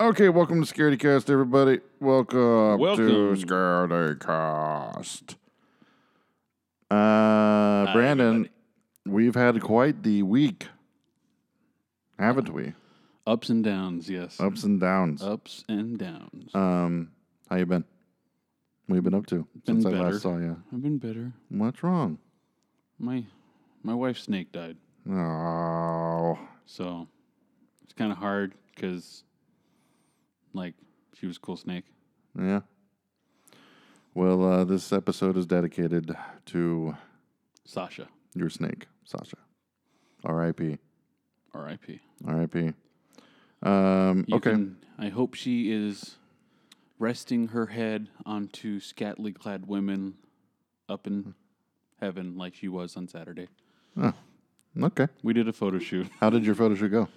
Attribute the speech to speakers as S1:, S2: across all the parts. S1: Okay, welcome to Scaredy Cast, everybody. Welcome,
S2: Welcome.
S1: to Scaredy Cast. Uh, Brandon, we've had quite the week, haven't we?
S2: Ups and downs, yes.
S1: Ups and downs.
S2: Ups and downs.
S1: Um, how you been? What you been up to since I
S2: better.
S1: last saw you?
S2: I've been better.
S1: What's wrong?
S2: My my wife's snake died,
S1: Oh,
S2: so it's kind of hard because like she was a cool snake.
S1: yeah. Well, uh, this episode is dedicated to
S2: Sasha,
S1: your snake, Sasha. R.I.P.
S2: R.I.P.
S1: R.I.P. Um,
S2: You
S1: okay.
S2: can- I hope she is resting her head onto scantily clad women up in heaven, like she was on Saturday.
S1: Okay.
S2: We did a photo shoot.
S1: How did your photo shoot go?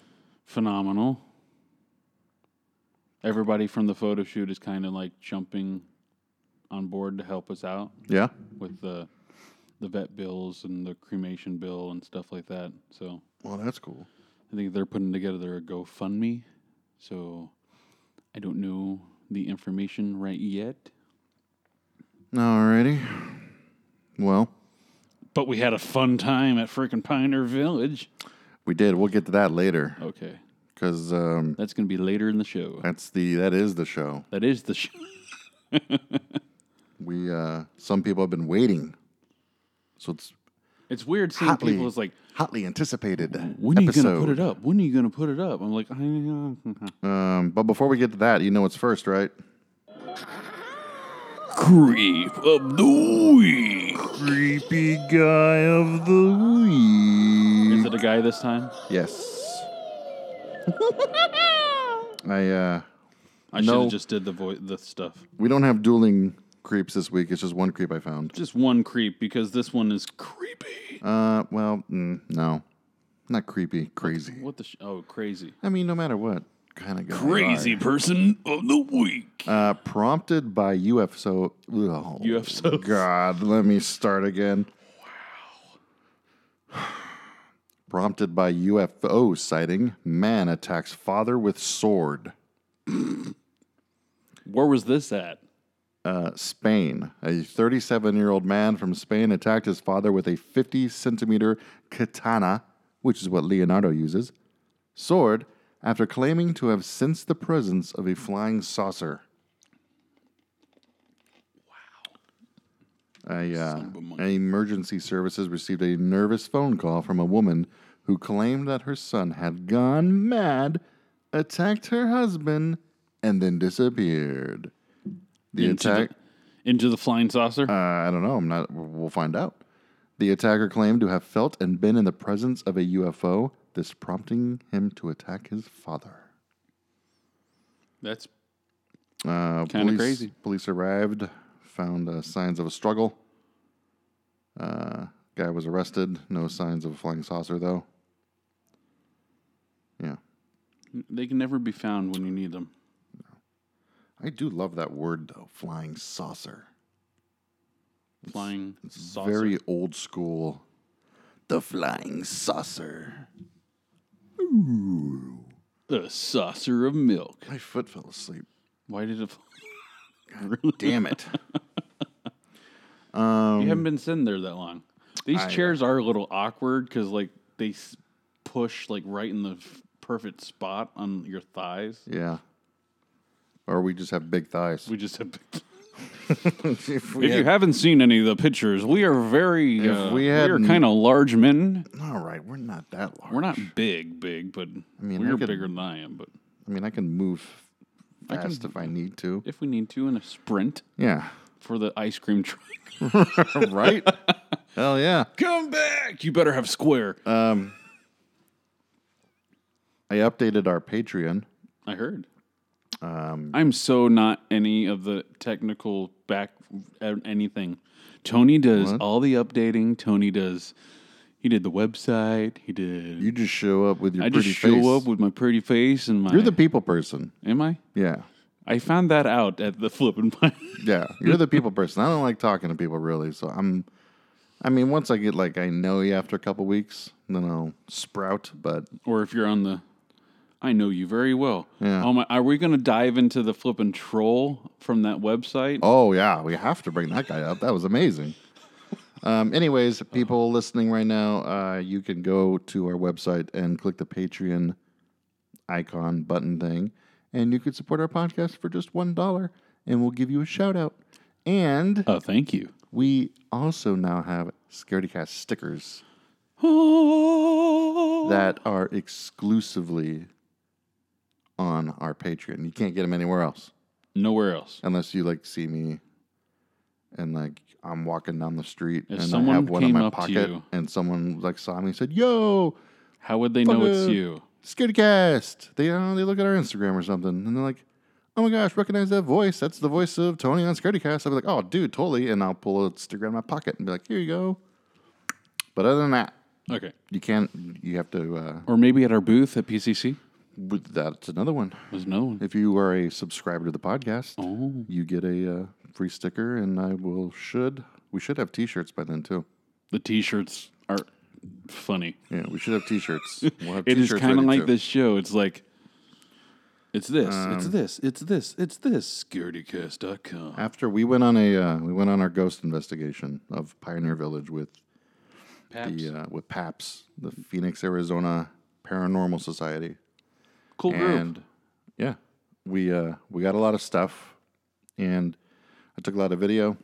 S2: phenomenal. Everybody from the photo shoot is kind of like jumping on board to help us out
S1: Yeah.
S2: with the the vet bills and the cremation bill and stuff like that. So
S1: Well, that's cool.
S2: I think they're putting together a GoFundMe. So I don't know the information right yet,
S1: Alrighty. Well,
S2: but we had a fun time at freaking Pioneer Village.
S1: we did. We'll get to that later
S2: Okay,
S1: because um,
S2: that's gonna be later in the show.
S1: that's the that is the show.
S2: That is the show.
S1: We uh, some people have been waiting, so it's
S2: It's weird seeing
S1: Hotly.
S2: people. It's like
S1: hotly anticipated.
S2: When are you
S1: episode.
S2: gonna put it up? When are you gonna put it up? I'm like, uh,
S1: Um, but before we get to that, you know what's first, right?
S2: creep of the week.
S1: Creepy guy of the week.
S2: Is it a guy this time?
S1: Yes. I uh,
S2: I should
S1: No.
S2: have just did the vo- the stuff.
S1: we don't have dueling creeps this week. It's just one creep I found.
S2: Just one creep because this one is creepy.
S1: Uh, well, mm, no, not creepy, crazy.
S2: What the? Sh- oh, crazy.
S1: I mean, no matter what kind of guy. they
S2: person of the week.
S1: are. Uh, prompted by UFO. Oh,
S2: UFOs.
S1: God, let me start again. Wow. prompted by UFO sighting, man attacks father with sword.
S2: Where was this at?
S1: uh, Spain. A 37 year old man from Spain attacked his father with a 50 centimeter katana, which is what Leonardo uses, sword, after claiming to have sensed the presence of a flying saucer. Wow. A, uh, emergency services received a nervous phone call from a woman who claimed that her son had gone mad, attacked her husband, and then disappeared. The
S2: Into
S1: attack.
S2: the, into the flying saucer.
S1: Uh, I don't know. I'm not. We'll find out. The attacker claimed to have felt and been in the presence of a UFO, this prompting him to attack his father.
S2: That's
S1: Uh,
S2: Kinda
S1: police-
S2: crazy.
S1: Police arrived, found uh, signs of a struggle. Uh, guy was arrested. No signs of a flying saucer, though. Yeah,
S2: they can never be found when you need them.
S1: I do love that word though. Flying saucer.
S2: Flying saucer.
S1: Very old school. The flying saucer.
S2: the saucer of milk.
S1: My foot fell asleep.
S2: Why did it? Fall?
S1: Damn it.
S2: You haven't
S1: Um,
S2: been sitting there that long. These
S1: uh,
S2: chairs are a little awkward because like they s- push like right in the f- perfect spot on your thighs.
S1: Yeah. Or we just have big thighs.
S2: We just have.
S1: if we
S2: If you haven't seen any of the pictures, we are very.
S1: If
S2: uh,
S1: we
S2: we,
S1: had
S2: are
S1: n-
S2: kind of large men.
S1: all right, we're not that large.
S2: We're not big, big, but
S1: mean, I
S2: we're
S1: could-
S2: bigger than I am. But
S1: I mean, I can move fast if I need to.
S2: if we need to in a sprint
S1: Yeah.
S2: for the ice cream truck,
S1: right? Hell yeah.
S2: come back. You better have square.
S1: I updated our Patreon.
S2: I heard.
S1: Um,
S2: I'm so not any of the technical back uh, anything. Tony does all the updating. Tony does. He did the website. He did.
S1: You just show up with your
S2: I
S1: pretty
S2: just show
S1: face.
S2: up with my pretty face and my.
S1: You're the people person.
S2: am I?
S1: Yeah.
S2: I found that out at the flipping. pie.
S1: Yeah. You're the people person. I don't like talking to people really, so I'm I mean, once I get like I know you after a couple weeks, then I'll sprout, but
S2: or if you're on the I know you very well.
S1: Yeah.
S2: Oh my, are we going to dive into the flippin' troll from that website?
S1: Oh yeah, we have to bring that guy up. That was amazing. Um, anyways, people listening right now, uh, you can go to our website and click the Patreon icon button thing, and you can support our podcast for just one dollar, and we'll give you a shout out. And
S2: Oh, thank you.
S1: we also now have Scaredycast stickers
S2: Oh,
S1: that are exclusively on our Patreon. You can't get them anywhere else.
S2: nowhere else.
S1: unless you like see me and like I'm walking down the street
S2: If
S1: and
S2: someone
S1: I have one in
S2: came
S1: my
S2: up to
S1: pocket
S2: you-
S1: and someone like saw me and said, "Yo,
S2: How would they know it's
S1: Fucker.
S2: you?
S1: Scaredycast." They uh, they look at our Instagram or something and they're like, "Oh my gosh, recognize that voice? That's the voice of Tony on Scaredycast." I'll be like, "Oh, dude, totally," and I'll pull a sticker out of my pocket and be like, "Here you go." But other than that,
S2: Okay.
S1: you can't. You have to. Uh,
S2: Or maybe at our booth at PCC.
S1: but that's another one.
S2: There's no one.
S1: If you are a subscriber to the podcast,
S2: Oh.
S1: you get a uh, free sticker, and I will should we should have T-shirts by then too.
S2: The T-shirts are funny.
S1: Yeah, we should have T-shirts. We'll have
S2: It is
S1: t-shirts
S2: kind of
S1: ready,
S2: like
S1: too.
S2: this show. It's like, it's this, it's
S1: Um,
S2: this, it's this, it's this. SecurityCast.com.
S1: After we went on a uh, we went on our ghost investigation of Pioneer Village with
S2: Paps.
S1: the uh, with PAPS, the Phoenix Arizona Paranormal Society,
S2: cool group.
S1: and yeah, we uh, we got a lot of stuff, and I took a lot of video,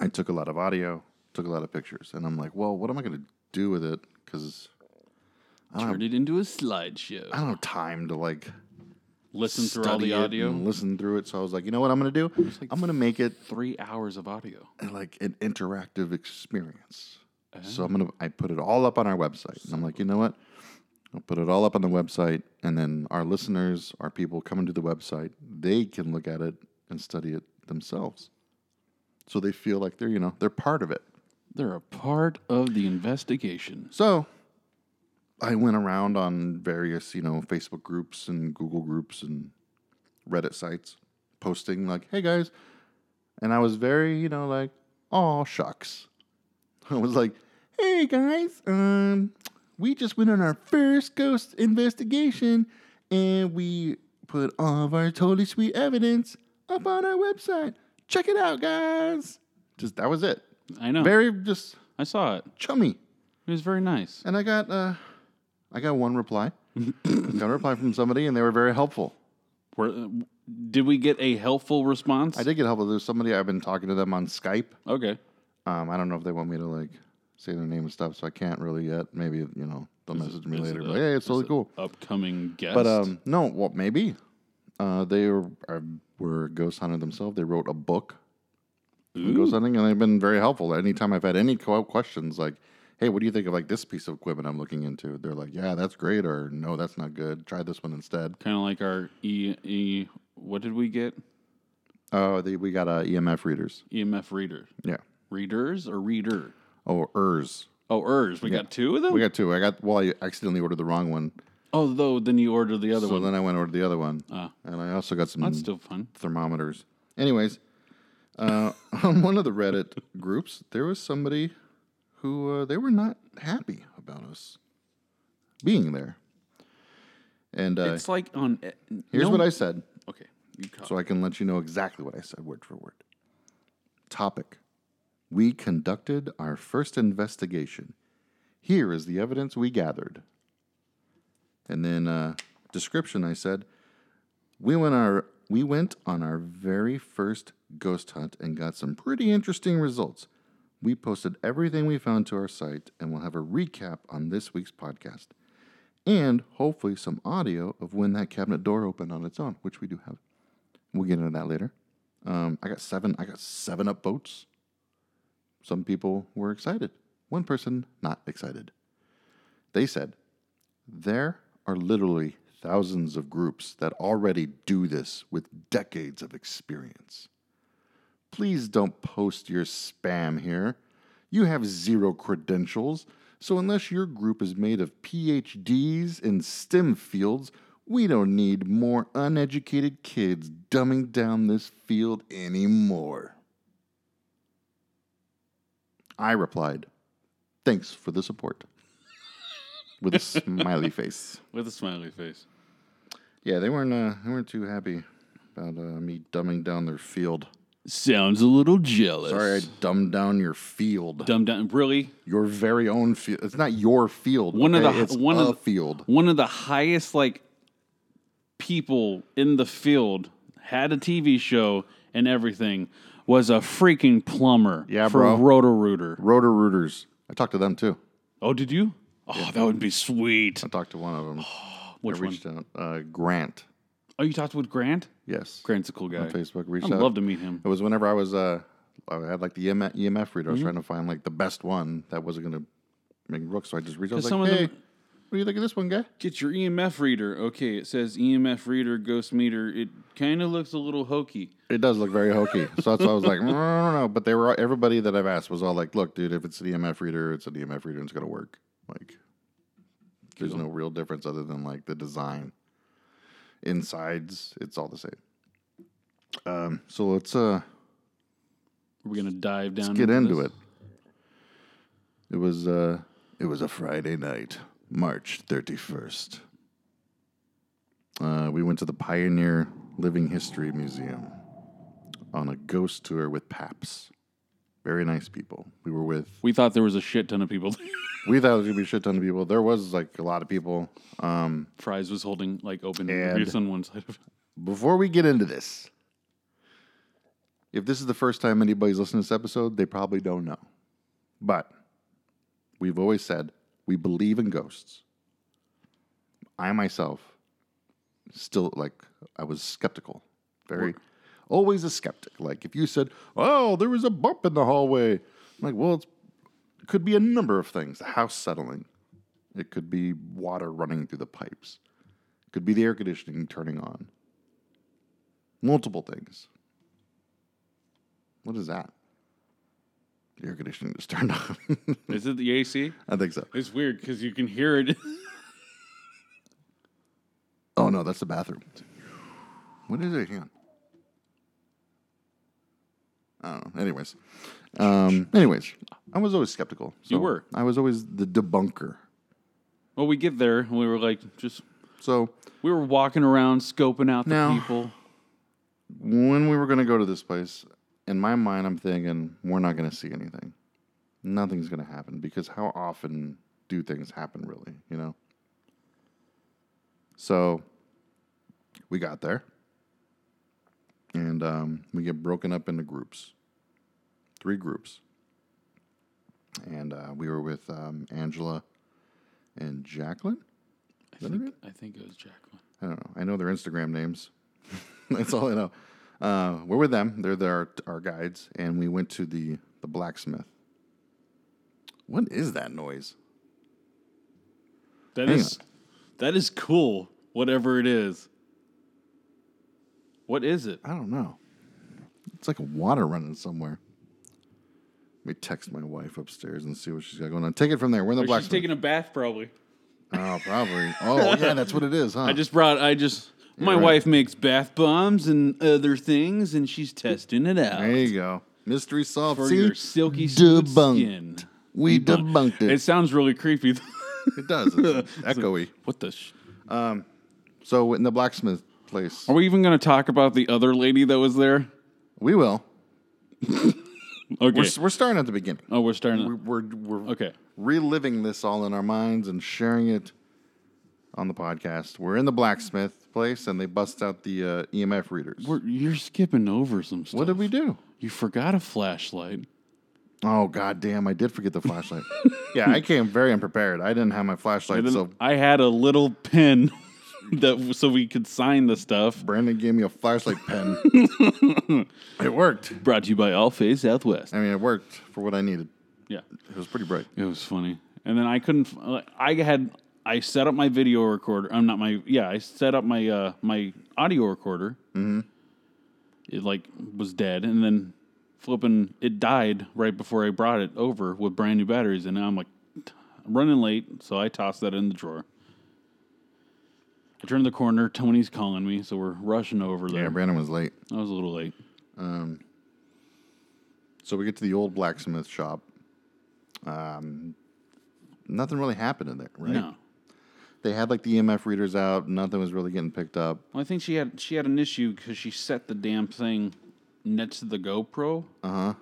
S1: I took a lot of audio, took a lot of pictures, and I'm like, well, what am I going to do with it? Because
S2: Turned it into a slideshow.
S1: I don't have time to like
S2: Listen through all
S1: study
S2: the
S1: it
S2: audio.
S1: and listen through it. So I was like, you know what I'm going to do? I'm going to make it
S2: Three hours of audio.
S1: like an interactive experience.
S2: Oh.
S1: So I'm gonna I put it all up on our website. And I'm like, you know what? I'll put it all up on the website, and then our listeners, our people coming to the website, they can look at it and study it themselves. So they feel like they're you know they're part of it.
S2: They're a part of the investigation.
S1: So I went around on various, you know, Facebook groups and Google groups and Reddit sites posting like, "Hey guys." And I was very, you know, like, "Oh, shucks." I was like, "Hey guys, um we just went on our first ghost investigation and we put all of our totally sweet evidence up on our website. Check it out, guys." Just that was it.
S2: I know.
S1: Very just
S2: I saw it.
S1: chummy.
S2: It was very nice.
S1: And I got uh, I got one reply. got a reply from somebody, and they were very helpful.
S2: Were, uh, did we get a helpful response?
S1: I did get helpful. There's somebody I've been talking to them on Skype.
S2: Okay.
S1: Um, I don't know if they want me to like say their name and stuff, so I can't really yet. Maybe you know they'll message me
S2: is
S1: later.
S2: it
S1: But
S2: a-
S1: like, hey, it's totally cool.
S2: Upcoming guest.
S1: But um, no, well, maybe uh, they were, are, were ghost hunting themselves. They wrote a book on ghost hunting, and they've been very helpful. Anytime I've had any co- questions, like, "Hey, what do you think of like this piece of equipment I'm looking into?" They're like, "Yeah, that's great," or "No, that's not good. Try this one instead."
S2: kind of like our e e. What did we get?
S1: Oh, they, we got uh, EMF readers.
S2: EMF reader.
S1: Yeah.
S2: Readers or reader?
S1: Oh, ERS.
S2: Oh, ERS. We got two of them?
S1: We got two. I got well, I accidentally ordered the wrong one,
S2: oh, though, then you ordered the other
S1: so
S2: one.
S1: then I went and ordered the other one,
S2: Ah.
S1: and I also got some
S2: That's still fun.
S1: thermometers. Anyways, uh, on one of the Reddit groups, there was somebody who uh, they were not happy about us being there, and uh,
S2: It's like on. eh,
S1: here's
S2: no-
S1: what I said.
S2: Okay. You caught.
S1: so I can let you know exactly what I said word for word. Topic We conducted our first investigation. Here is the evidence we gathered. And then, uh, description I said, we went, our, we went on our very first ghost hunt and got some pretty interesting results. We posted everything we found to our site and we'll have a recap on this week's podcast. And hopefully, some audio of when that cabinet door opened on its own, which we do have. We'll get into that later. Um, I got seven. I got seven up votes. Some people were excited. One person not excited. They said, "There are literally thousands of groups that already do this with decades of experience. Please don't post your spam here. You have zero credentials, so unless your group is made of PhDs in STEM fields, we don't need more uneducated kids dumbing down this field anymore. I replied, Thanks for the support. With a smiley face.
S2: With a smiley face.
S1: Yeah, they weren't. Uh, they weren't too happy about uh, me dumbing down their field.
S2: Sounds a little jealous.
S1: Sorry, I dumbed down your field.
S2: Dumb down. Really?
S1: your very own field. It's not your field.
S2: One of
S1: okay?
S2: the-
S1: it's
S2: one
S1: a
S2: of the-
S1: field.
S2: One of the highest like people in the field had a TV show and everything was a freaking plumber
S1: Yeah,
S2: for
S1: bro.
S2: Roto Rooter.
S1: Rotor Rooters. I talked to them too.
S2: Oh, did you? Oh, that would be sweet.
S1: I talked to one of them.
S2: Which
S1: I
S2: Oh, one?
S1: reached out. Uh, Grant.
S2: Oh, you talked with Grant?
S1: Yes.
S2: Grant's a cool guy.
S1: Facebook. Reached
S2: I'd
S1: out.
S2: love to meet him.
S1: It was whenever I was uh, I had like the EMF, EMF E reader. I was
S2: Mm-hmm.
S1: trying to find like the best one that wasn't going to make rook. So I just reached out. I was
S2: 'Cause
S1: like,
S2: some of
S1: hey,
S2: them-
S1: what do you think of this one, guy?
S2: Get your EMF reader. Okay, it says EMF reader, ghost meter. It kind of looks a little hokey.
S1: It does look very hokey. so that's why I was like, no, no, no, no. But they were all, everybody that I've asked was all like, look, dude, if it's an EMF reader, it's an EMF reader, and it's going to work. Like, there's no real difference other than like the design. Insides, it's all the same. Um, so let's uh
S2: We're gonna dive down.
S1: get into
S2: Mm, this?
S1: it. It was uh it was a Friday night, March 31st. Uh, we went to the Pioneer Living History Museum on a ghost tour with Paps. Very nice people. We were with
S2: We thought there was a shit ton of people.
S1: we thought it was gonna be a shit ton of people. There was like a lot of people. Um
S2: Fries was holding like open
S1: And-
S2: beers on one side of it.
S1: before we get into this, if this is the first time anybody's listening to this episode, they probably don't know. But we've always said we believe in ghosts. I myself still like I was skeptical. Very always a skeptic. Like if you said, "Oh, there was a bump in the hallway." I'm like, "Well, it's, it could be a number of things. The house settling. It could be water running through the pipes. It could be the air conditioning turning on. Multiple things. What is that? The air conditioning just turned on.
S2: Is it the AC?
S1: I think so.
S2: It's weird because you can hear it.
S1: Oh no, that's the bathroom. What is it? Hang on. I don't know. Anyways, um, anyways, I was always skeptical. So
S2: You were.
S1: I was always the debunker.
S2: well, we get there and we were like, just
S1: So
S2: we were walking around scoping out the
S1: Now-
S2: people.
S1: when we were going to go to this place, in my mind, I'm thinking we're not going to see anything. Nothing's going to happen because how often do things happen, really? You know. So we got there, and um, we get broken up into groups, three groups, and uh, we were with um, Angela and Jacqueline.
S2: I think, I think it was Jacqueline.
S1: I don't know. I know their Instagram names. That's all I know. Uh, we're with them. They're, they our, our guides, and we went to the the blacksmith. What is that noise?
S2: That
S1: Hang
S2: is that is cool. Whatever it is. What is it?
S1: I don't know. It's like water running somewhere. Let me text my wife upstairs and see what she's got going on. Take it from there. We're in the
S2: She's
S1: blacksmith.
S2: taking a bath, probably.
S1: oh, probably. Oh, yeah, that's what it is, huh?
S2: I just brought. I just. My
S1: right.
S2: wife makes bath bombs and other things, and she's testing it out
S1: there you go. Mystery solved.
S2: for
S1: See?
S2: your silky smooth
S1: Debunked.
S2: skin.
S1: we debunked
S2: It
S1: it.
S2: sounds really creepy. though.
S1: It does. It's echoey.
S2: what the? Sh-
S1: So in the blacksmith place,
S2: Are we even going to talk about the other lady that was there?
S1: we will.
S2: Okay.
S1: We're, we're starting at the beginning.
S2: oh, we're starting.
S1: We- We're, we're
S2: okay.
S1: reliving this all in our minds and sharing it on the podcast. We're in the blacksmith place and they bust out the uh, EMF readers.
S2: We're, you're skipping over some stuff.
S1: what did we do?
S2: You forgot a flashlight.
S1: Oh god damn, I did forget the flashlight. yeah, I came very unprepared. I didn't have my flashlight,
S2: And then
S1: so
S2: I had a little pen that so we could sign the stuff.
S1: Brandon gave me a flashlight pen. it worked.
S2: Brought to you by All Phase Southwest.
S1: I mean, it worked for what I needed.
S2: Yeah,
S1: It was pretty bright.
S2: it was funny. And then I couldn't. f- like, I had I set up my video recorder. I'm not my yeah. I set up my uh my audio recorder. Mm-hmm. It like was dead, and then flipping it died right before I brought it over with brand new batteries. And now I'm like t- I'm running late, so I tossed that in the drawer. I turned the corner. Tony's calling me, so we're rushing over there.
S1: Yeah, Brandon was late.
S2: I was a little late.
S1: So we get to the old blacksmith shop. Um, nothing really happened in there, right?
S2: No.
S1: They had like the EMF readers out. Nothing was really getting picked up.
S2: Well, I think she had she had an issue because she set the damn thing next to the GoPro. Uh huh.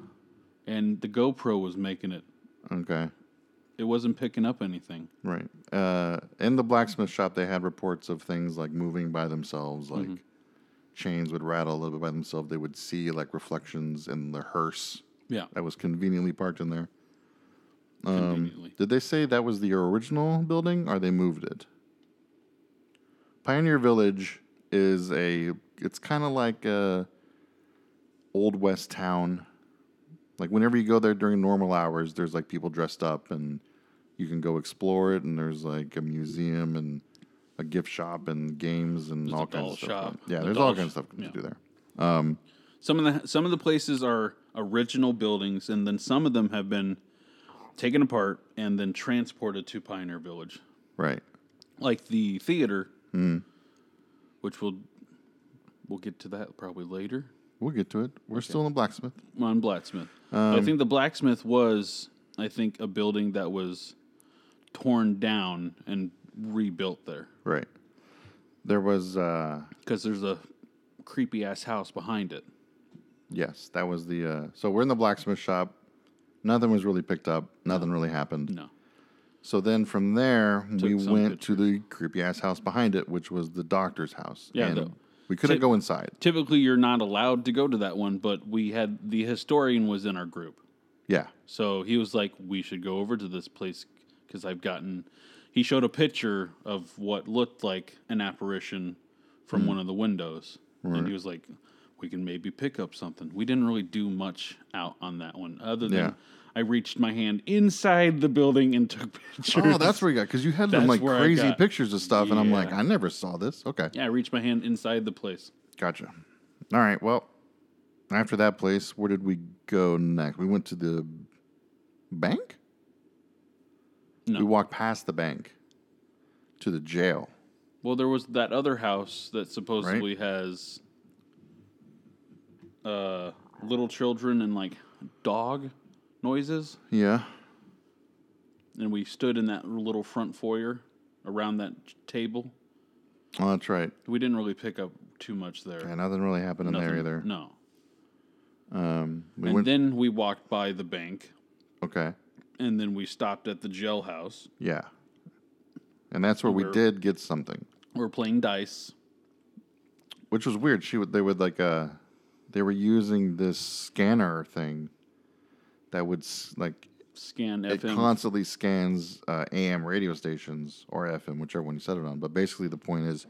S2: And the GoPro was making it.
S1: Okay.
S2: It wasn't picking up anything.
S1: Right. Uh, in the blacksmith shop, they had reports of things like moving by themselves, like chains would rattle a little bit by themselves. They would see like reflections in the hearse
S2: Yeah.
S1: that was conveniently parked in there.
S2: Um, Conveniently.
S1: Did they say that was the original building or they moved it? Pioneer Village is a it's kind of like a old west town. Like whenever you go there during normal hours, there's like people dressed up and you can go explore it and there's like a museum and a gift shop and games and all
S2: a
S1: kinds of
S2: doll
S1: stuff.
S2: shop.
S1: Yeah,
S2: A
S1: there's
S2: doll
S1: all kinds of
S2: shop,
S1: stuff to
S2: yeah.
S1: do there.
S2: Some of the some of the places are original buildings, and then some of them have been taken apart and then transported to Pioneer Village,
S1: Right.
S2: like the theater, which we'll we'll get to that probably later
S1: We'll get to it. We're still in the blacksmith.
S2: on blacksmith. I think the blacksmith was, I think, a building that was torn down and rebuilt there
S1: Right. There was uh
S2: because there's a creepy ass house behind it.
S1: Yes, that was the. Uh, so we're in the blacksmith shop. Nothing was really picked up. Nothing really happened.
S2: No,
S1: So then from there, we
S2: some
S1: went to the creepy ass house behind it, which was the doctor's house.
S2: Yeah,
S1: and
S2: the-
S1: we couldn't
S2: Ti-
S1: go inside.
S2: typically you're not allowed to go to that one, but we had the historian was in our group.
S1: Yeah,
S2: So he was like, "We should go over to this place because I've gotten." He showed a picture of what looked like an apparition
S1: Hmm.
S2: from one of the windows, and he was like, "We can maybe pick up something." We didn't really do much out on that one, other than
S1: Yeah.
S2: I reached my hand inside the building and took pictures.
S1: Oh, that's where you got because you had them
S2: That's
S1: like
S2: where I
S1: crazy
S2: got-
S1: pictures of stuff, and I'm like,
S2: Yeah.
S1: I never saw this. Okay,
S2: yeah. I reached my hand inside the place.
S1: gotcha. All right, well, after that place, where did we go next? We went to the bank.
S2: No.
S1: We walked past the bank to the jail.
S2: Well, there was that other house that supposedly has uh, little children and like dog noises.
S1: Yeah,
S2: and we stood in that little front foyer around that table.
S1: oh, that's right.
S2: We didn't really pick up too much there.
S1: Yeah, nothing really happened in there
S2: Nothing-
S1: either.
S2: No.
S1: Um, we
S2: and
S1: went
S2: then we walked by the bank,
S1: okay,
S2: and then we stopped at the jailhouse.
S1: yeah, and that's where we
S2: Where-
S1: did get something,
S2: We were playing dice.
S1: which was weird. She would they would like uh, they were using this scanner thing that would s- like
S2: Scan
S1: it
S2: FM.
S1: constantly scans uh, AM radio stations or FM, whichever one you set it on. But basically, the point is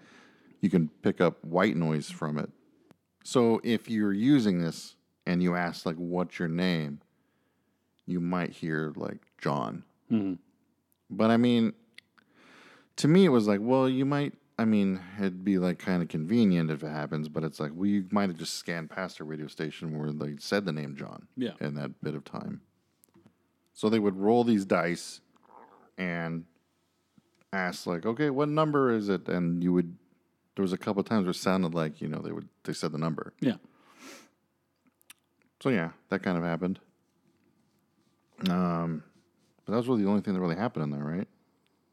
S1: you can pick up white noise from it. So if you're using this and you ask, like, what's your name, you might hear, like, John. But I mean, to me, it was like, well, you might. I mean, it'd be like kind of convenient if it happens, but it's like, well, you might have just scanned past a radio station where they said the name John
S2: Yeah.
S1: in that bit of time. So they would roll these dice and ask, like, okay, what number is it? And you would, there was a couple of times where it sounded like, you know, they would, they said the number.
S2: yeah.
S1: So yeah, that kind of happened. Um, but that was really the only thing that really happened in there, right?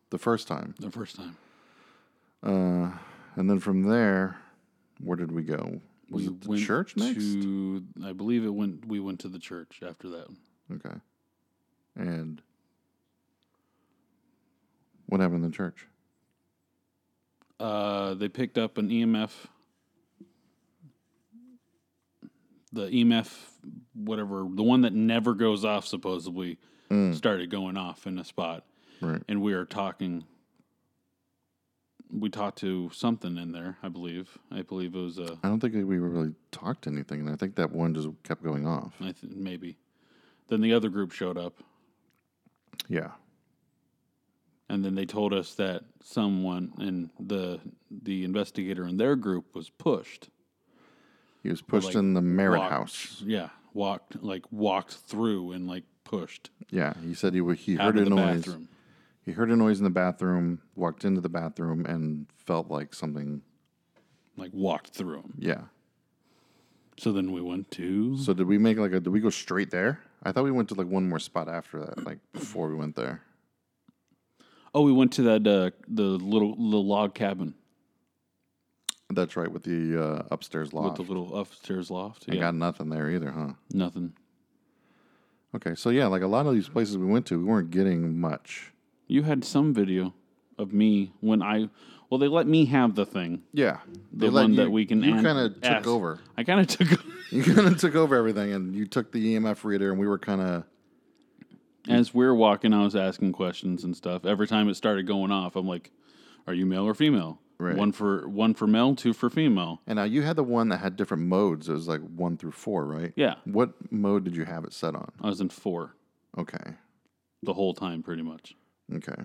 S1: The first time.
S2: The first time.
S1: Uh, and then from there, where did we go? Was it the church next?
S2: To, I believe it went. We went to the church after that.
S1: Okay. And what happened in the church?
S2: Uh, they picked up an EMF. The EMF, whatever, the one that never goes off, supposedly, started going off in a spot.
S1: Right.
S2: And we were talking. We talked to something in there, I believe. I believe it was a,
S1: I don't think that we really talked anything, and I think that one just kept going off.
S2: I th- maybe. Then the other group showed up,
S1: Yeah.
S2: and then they told us that someone and the the investigator in their group was pushed.
S1: He was pushed
S2: like,
S1: in the Merritt
S2: walked-
S1: house.
S2: Yeah, walked like walked through and like pushed
S1: Yeah. He said he wa- he
S2: out
S1: heard
S2: of
S1: a
S2: the
S1: noise.
S2: bathroom.
S1: He heard a noise in the bathroom, walked into the bathroom, and felt like something.
S2: Like walked through 'em.
S1: Yeah.
S2: So then we went to
S1: So did we make like a? Did we go straight there? I thought we went to like one more spot after that, like before we went there.
S2: Oh, we went to that uh, the little the log cabin
S1: That's right, with the uh, upstairs loft.
S2: with the little upstairs loft.
S1: I
S2: Yeah,
S1: got nothing there either, huh?
S2: nothing.
S1: Okay, so yeah, like a lot of these places we went to, we weren't getting much.
S2: You had some video of me when I well they let me have the thing.
S1: Yeah,
S2: The one that we can
S1: You
S2: an-
S1: kind of took
S2: ask.
S1: over.
S2: I kind of took
S1: You kind of took over everything, and you took the EMF reader, and we were kind of
S2: as we were walking. I was asking questions and stuff. Every time it started going off, I'm like, "Are you male or female?
S1: Right.
S2: One for one for male, two for female."
S1: And now you had the one that had different modes. It was like one through four, right?
S2: Yeah,
S1: What mode did you have it set on?
S2: I was in four
S1: Okay.
S2: the whole time, pretty much.
S1: Okay.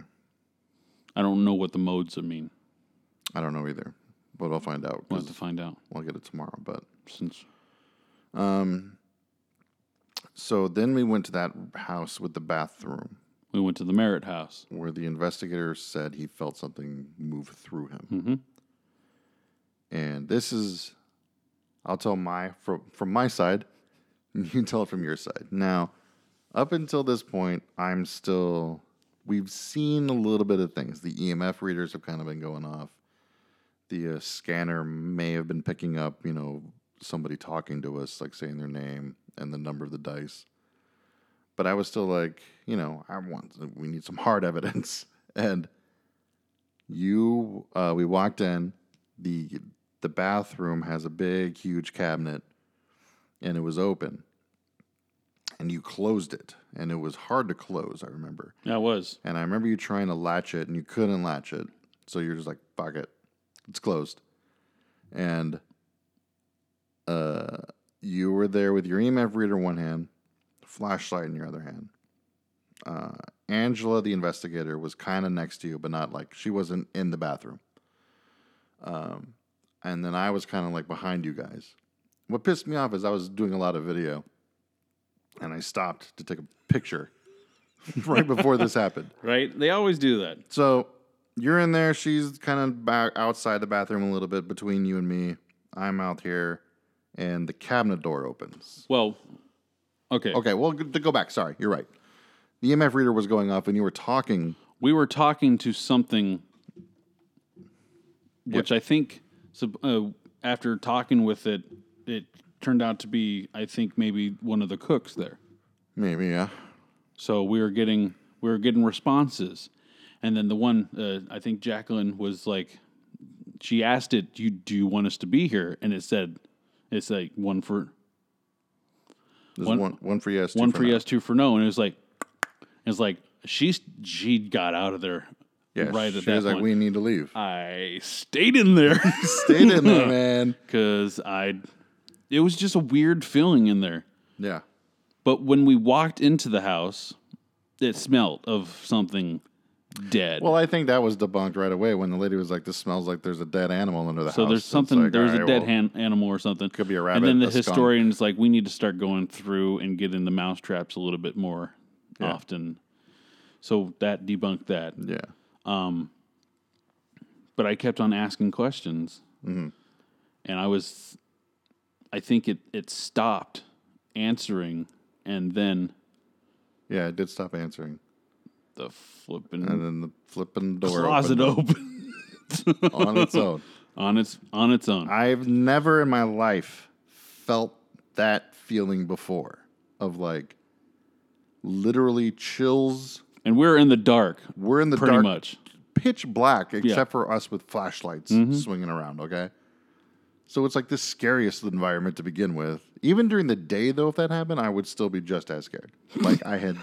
S2: I don't know what the modes would mean.
S1: I don't know either, but I'll find out.
S2: We'll
S1: 'cause
S2: have to find out.
S1: I'll get it tomorrow. But
S2: Since
S1: um, so then we went to that house with the bathroom
S2: we went to the Merritt House,
S1: where the investigator said he felt something move through him.
S2: Mhm.
S1: And this is, I'll tell my from from my side. You can tell it from your side. Now, up until this point, I'm still. We've seen a little bit of things. The EMF readers have kind of been going off. The uh, scanner may have been picking up, you know, somebody talking to us, like saying their name and the number of the dice. But I was still like, you know, I want. We need some hard evidence. And you, uh, we walked in. the The bathroom has a big, huge cabinet, and it was open and you closed it and it was hard to close i remember
S2: I was
S1: and i remember you trying to latch it and you couldn't latch it so you're just like fuck it it's closed and uh you were there with your emf reader in one hand flashlight in your other hand uh angela the investigator was kind of next to you but not like she wasn't in the bathroom um and then i was kind of like behind you guys what pissed me off is i was doing a lot of video and I stopped to take a picture right before this happened.
S2: right. They always do that.
S1: So you're in there. She's kind of back outside the bathroom a little bit between you and me. I'm out here, and the cabinet door opens.
S2: Well, okay.
S1: Okay, well, g- to go back, sorry, you're right. The EMF reader was going off, and you were talking.
S2: we were talking to something, which I think sub- uh, after talking with it, it turned out to be I think maybe one of the cooks there.
S1: Maybe, yeah.
S2: So we were getting we were getting responses, and then the one uh, I think Jacqueline was like, she asked it, "Do you do you want us to be here?" And it said, "It's like one for
S1: There's
S2: One-
S1: one, one, for yes, two
S2: one for
S1: no.
S2: yes, two for no," and it was like, it's like she's she got out of there
S1: Yeah,
S2: right
S1: she
S2: at that
S1: was like,
S2: point.
S1: we need to leave.
S2: I stayed in there
S1: Stayed in there, man.
S2: because I. It was just a weird feeling in there.
S1: Yeah,
S2: But when we walked into the house, it smelled of something dead.
S1: Well, I think that was debunked right away when the lady was like, "This smells like there's a dead animal under the house."
S2: So there's
S1: It's
S2: something.
S1: like,
S2: there's
S1: all
S2: a
S1: right,
S2: dead
S1: well,
S2: hand animal or something. Could
S1: be a
S2: And then
S1: rabbit,
S2: the
S1: a skunk.
S2: historian's like, we need to start going through and getting the mouse traps a little bit more often. So that debunked that.
S1: Yeah,
S2: But I kept on asking questions,
S1: Mm-hmm.
S2: and I was, I think it it stopped answering, and then
S1: yeah, it did stop answering,
S2: the flipping
S1: and then the flipping door
S2: closet
S1: opened
S2: open
S1: on its own.
S2: on its on its own.
S1: I've never in my life felt that feeling before of like literally chills.
S2: and we're in the dark,
S1: We're in the
S2: pretty
S1: dark,
S2: much.
S1: pitch black, except for us with flashlights swinging around. Okay, so it's like the scariest environment to begin with. Even during the day, though, if that happened, I would still be just as scared. Like I had,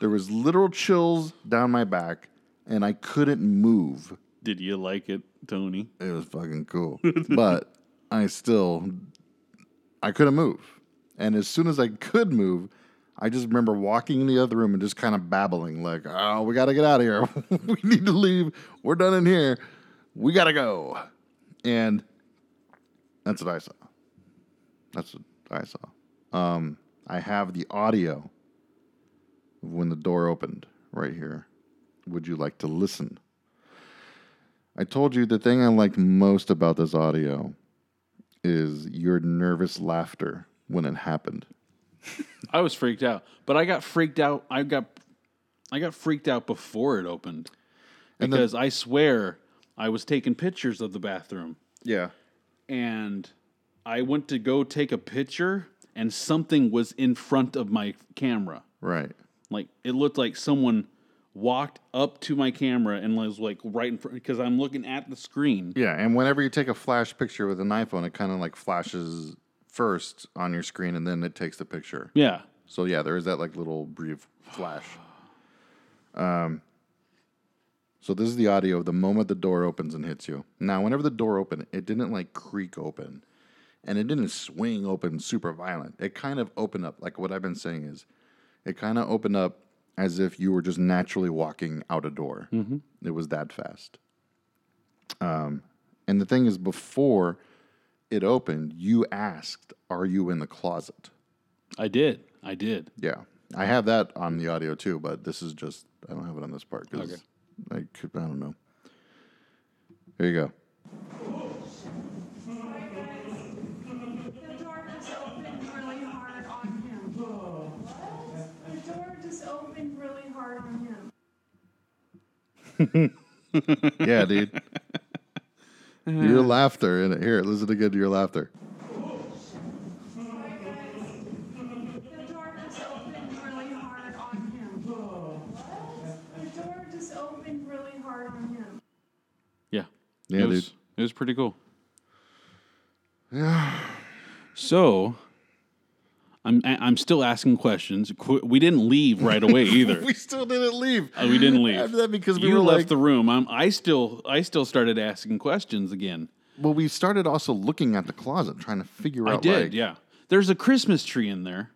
S1: there was literal chills down my back, and I couldn't move.
S2: Did you like it, Tony?
S1: It was fucking cool. but I still I couldn't move. And as soon as I could move, I just remember walking in the other room and just kind of babbling like, "Oh, we got to get out of here. we need to leave. We're done in here. We got to go." And that's what I saw. That's what I saw. Um, I have the audio of when the door opened right here. Would you like to listen? I told you the thing I liked most about this audio is your nervous laughter when it happened.
S2: I was freaked out, but I got freaked out. I got, I got freaked out before it opened.
S1: the-
S2: because I swear I was taking pictures of the bathroom
S1: Yeah.
S2: and I went to go take a picture and something was in front of my camera.
S1: Right.
S2: Like it looked like someone walked up to my camera and was like right in front because I'm looking at the screen.
S1: Yeah, and whenever you take a flash picture with an iPhone, it kind of like flashes first on your screen and then it takes the picture.
S2: Yeah.
S1: So yeah, there is that like little brief flash. Um so this is the audio of the moment the door opens and hits you. Now, whenever the door opened, it didn't like creak open and it didn't swing open super violent. It kind of opened up. Like what I've been saying is it kind of opened up as if you were just naturally walking out a door. It was that fast. Um, And the thing is, before it opened, you asked, Are you in the closet?
S2: I did. I did.
S1: Yeah. I have that on the audio too, but this is just, I don't have it on this part because I, could, I don't know. Here you go.
S3: The door just opened really hard on him. The door just opened really hard on him.
S1: Yeah, dude. your laughter in it. Here, listen again to your laughter.
S3: The door just opened really hard on him. The door just opened really hard on him.
S2: Yeah.
S1: Yeah,
S2: it was,
S1: dude.
S2: It was pretty cool. Yeah. So, I'm I- I'm still asking questions. Qu- We didn't leave right away either.
S1: We still didn't leave.
S2: Uh, we didn't leave.
S1: After that, because we
S2: you
S1: were
S2: left
S1: like-
S2: the room. I'm, I still I still started asking questions again.
S1: Well, we started also looking at the closet, trying to figure
S2: I
S1: out.
S2: did.
S1: like-
S2: yeah. There's a Christmas tree in there.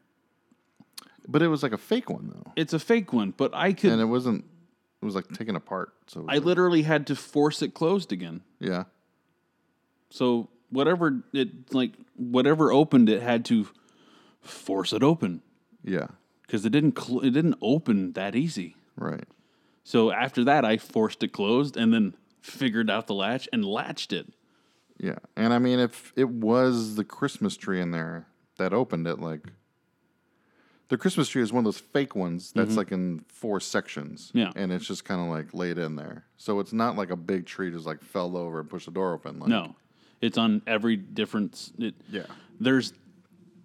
S1: But it was like a fake one, though.
S2: It's a fake one, but I could.
S1: And it wasn't, it was like taken apart. So, it was
S2: I
S1: like-
S2: literally had to force it closed again.
S1: yeah.
S2: So whatever it like whatever opened it had to force it open
S1: Yeah.
S2: because it didn't cl- it didn't open that easy.
S1: Right.
S2: So after that, I forced it closed and then figured out the latch and latched it.
S1: Yeah, and I mean, if it was the Christmas tree in there that opened it, like the Christmas tree is one of those fake ones that's like in four sections.
S2: Mm-hmm. Yeah.
S1: and it's just kind of like laid in there, so it's not like a big tree just like fell over and pushed the door open. Like,
S2: No, it's on every different. s- It,
S1: Yeah.
S2: there's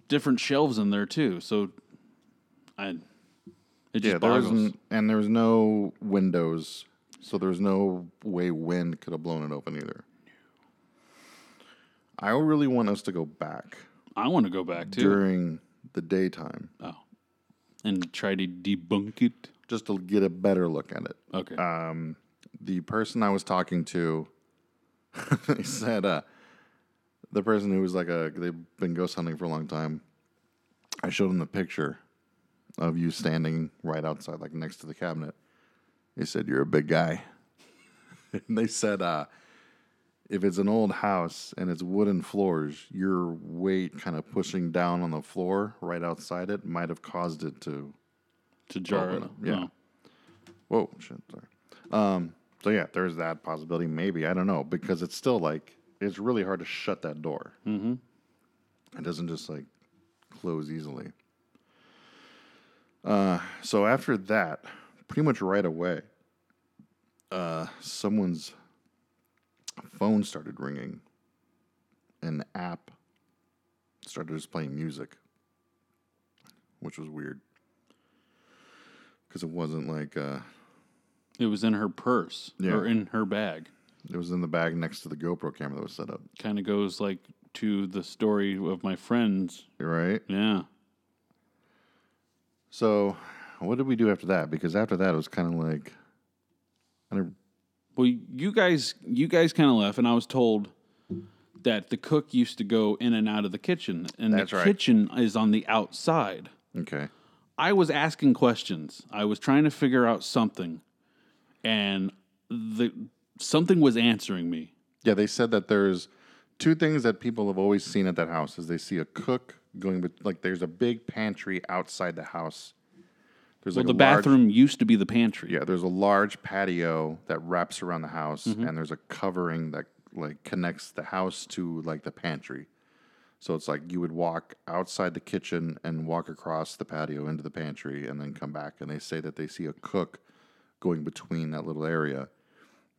S2: different shelves in there too. So I, it just
S1: yeah, there
S2: boggles.
S1: wasn't, and there was no windows, so there's no way wind could have blown it open either. I really want us to go back
S2: I want to go back to it
S1: during the daytime
S2: and try to debunk it.
S1: just to get a better look at it.
S2: Okay.
S1: Uh, the person I was talking to, they said, uh, the person who was like a, they've been ghost hunting for a long time. I showed him the picture of you standing right outside, like next to the cabinet. They said, You're a big guy. and they said, uh, if it's an old house and it's wooden floors, your weight kind of pushing down on the floor right outside it might have caused it to
S2: to jar it.
S1: open it, oh, yeah.
S2: No.
S1: Whoa, shit, sorry. Um, so yeah, there's that possibility. Maybe I don't know because it's still like it's really hard to shut that door. Mm-hmm. It doesn't just like close easily. Uh, so after that, pretty much right away, uh, someone's phone started ringing. An app started just playing music, which was weird because it wasn't like uh,
S2: It was in her purse
S1: Yeah.
S2: or in her bag.
S1: It was in the bag next to the GoPro camera that was set up,
S2: Kind of goes like to the story of my friends.
S1: right?
S2: Yeah.
S1: So, what did we do after that? Because after that, it was kind of like, I don't,
S2: Well, you guys, you guys kind of left, and I was told that the cook used to go in and out of the kitchen, and
S1: That's
S2: the
S1: right.
S2: kitchen is on the outside.
S1: okay,
S2: I was asking questions. I was trying to figure out something, and the something was answering me.
S1: yeah. They said that there's two things that people have always seen at that house: is they see a cook going, bet- like there's a big pantry outside the house. There's
S2: Well,
S1: like
S2: the
S1: a large-
S2: bathroom used to be the pantry.
S1: Yeah, there's a large patio that wraps around the house, and there's a covering that like connects the house to like the pantry. So it's like you would walk outside the kitchen and walk across the patio into the pantry, and then come back. And they say that they see a cook going between that little area,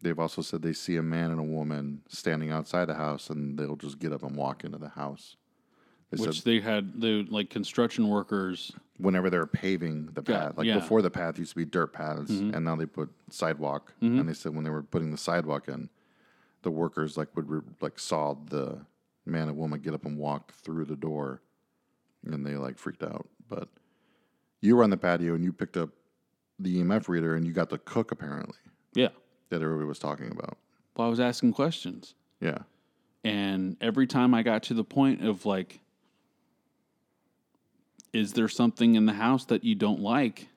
S1: They've also said they see a man and a woman standing outside the house and they'll just get up and walk into the house. They said
S2: Which they had the like construction workers.
S1: whenever they were paving the
S2: Yeah,
S1: path, like
S2: yeah. Mm-hmm.
S1: before the path used to be dirt paths, and now they put sidewalk. And they said when they were putting the sidewalk in, the workers like would re- like saw the man and woman get up and walk through the door, and they like freaked out. But you were on the patio and you picked up the EMF reader and you got the cook apparently
S2: Yeah.
S1: that everybody was talking about.
S2: Well, I was asking questions.
S1: Yeah,
S2: And every time I got to the point of like, is there something in the house that you don't like?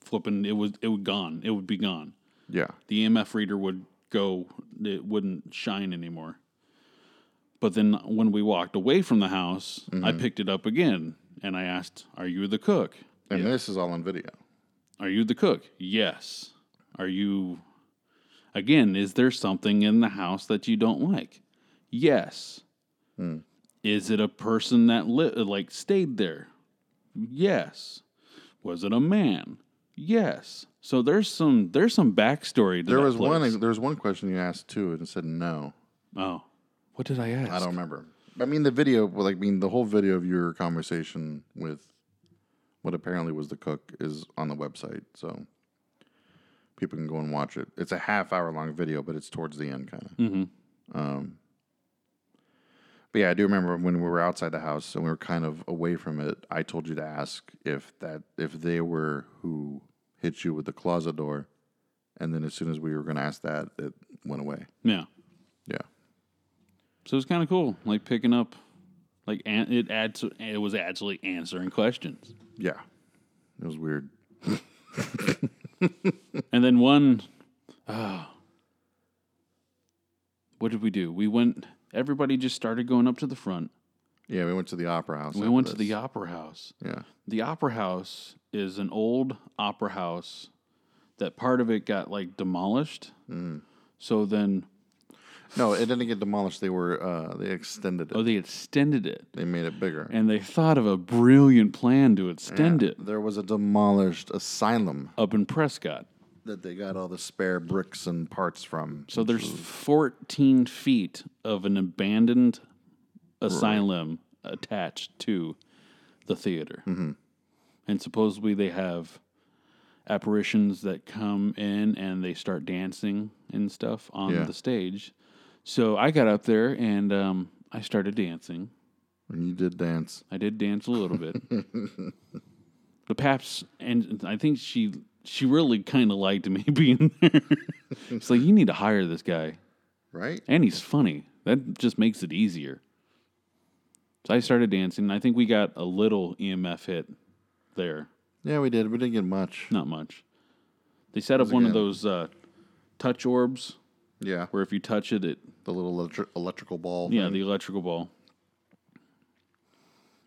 S2: Flipping, it was it would gone. It would be gone.
S1: yeah,
S2: The EMF reader would go. It wouldn't shine anymore. But then when we walked away from the house, I picked it up again and I asked, "Are you the cook?
S1: and this is all on video.
S2: Are you the cook? Yes. Are you again, is there something in the house that you don't like? Yes.
S1: Hmm.
S2: Is it a person that li- like stayed there? Yes. Was it a man? Yes. So there's some there's some backstory to
S1: There
S2: that
S1: was
S2: place.
S1: one. There was one question you asked too, and it said no.
S2: Oh. What did I ask?
S1: I don't remember. I mean, the video, well, like, I mean, the whole video of your conversation with what apparently was the cook is on the website. So people can go and watch it. It's a half hour long video, but it's towards the end, kind of. Mm-hmm. Um, but yeah, I do remember when we were outside the house and we were kind of away from it. I told you to ask if that if they were who hit you with the closet door, and then as soon as we were going to ask that, it went away.
S2: Yeah.
S1: Yeah.
S2: So it's kind of cool like picking up like an- it adds it was actually answering questions.
S1: Yeah. It was weird.
S2: And then one, oh, what did we do? We went. Everybody just started going up to the front.
S1: Yeah, we went to the opera house.
S2: We went to the opera house.
S1: yeah,
S2: The opera house is an old opera house that part of it got like demolished. So then,
S1: no, it didn't get demolished. They were uh, they extended it.
S2: oh, they extended it,
S1: They made it bigger.
S2: and they thought of a brilliant plan to extend it
S1: There was a demolished asylum
S2: up in Prescott.
S1: that they got all the spare bricks and parts from.
S2: So there's 14 feet of an abandoned asylum attached to the theater. And supposedly they have apparitions that come in and they start dancing and stuff on
S1: Yeah.
S2: the stage. So I got up there and um, I started dancing.
S1: And you did dance.
S2: I did dance a little bit. the Paps, and I think she she really kind of liked me being there. it's like you need to hire this guy.
S1: Right?
S2: And he's funny. That just makes it easier. So I started dancing. and I think we got a little EMF hit there.
S1: Yeah, we did. We didn't get much.
S2: Not much. They set up one of those uh, touch orbs
S1: Yeah.
S2: where if you touch it, it
S1: The little electri- electrical ball.
S2: yeah, the electrical ball.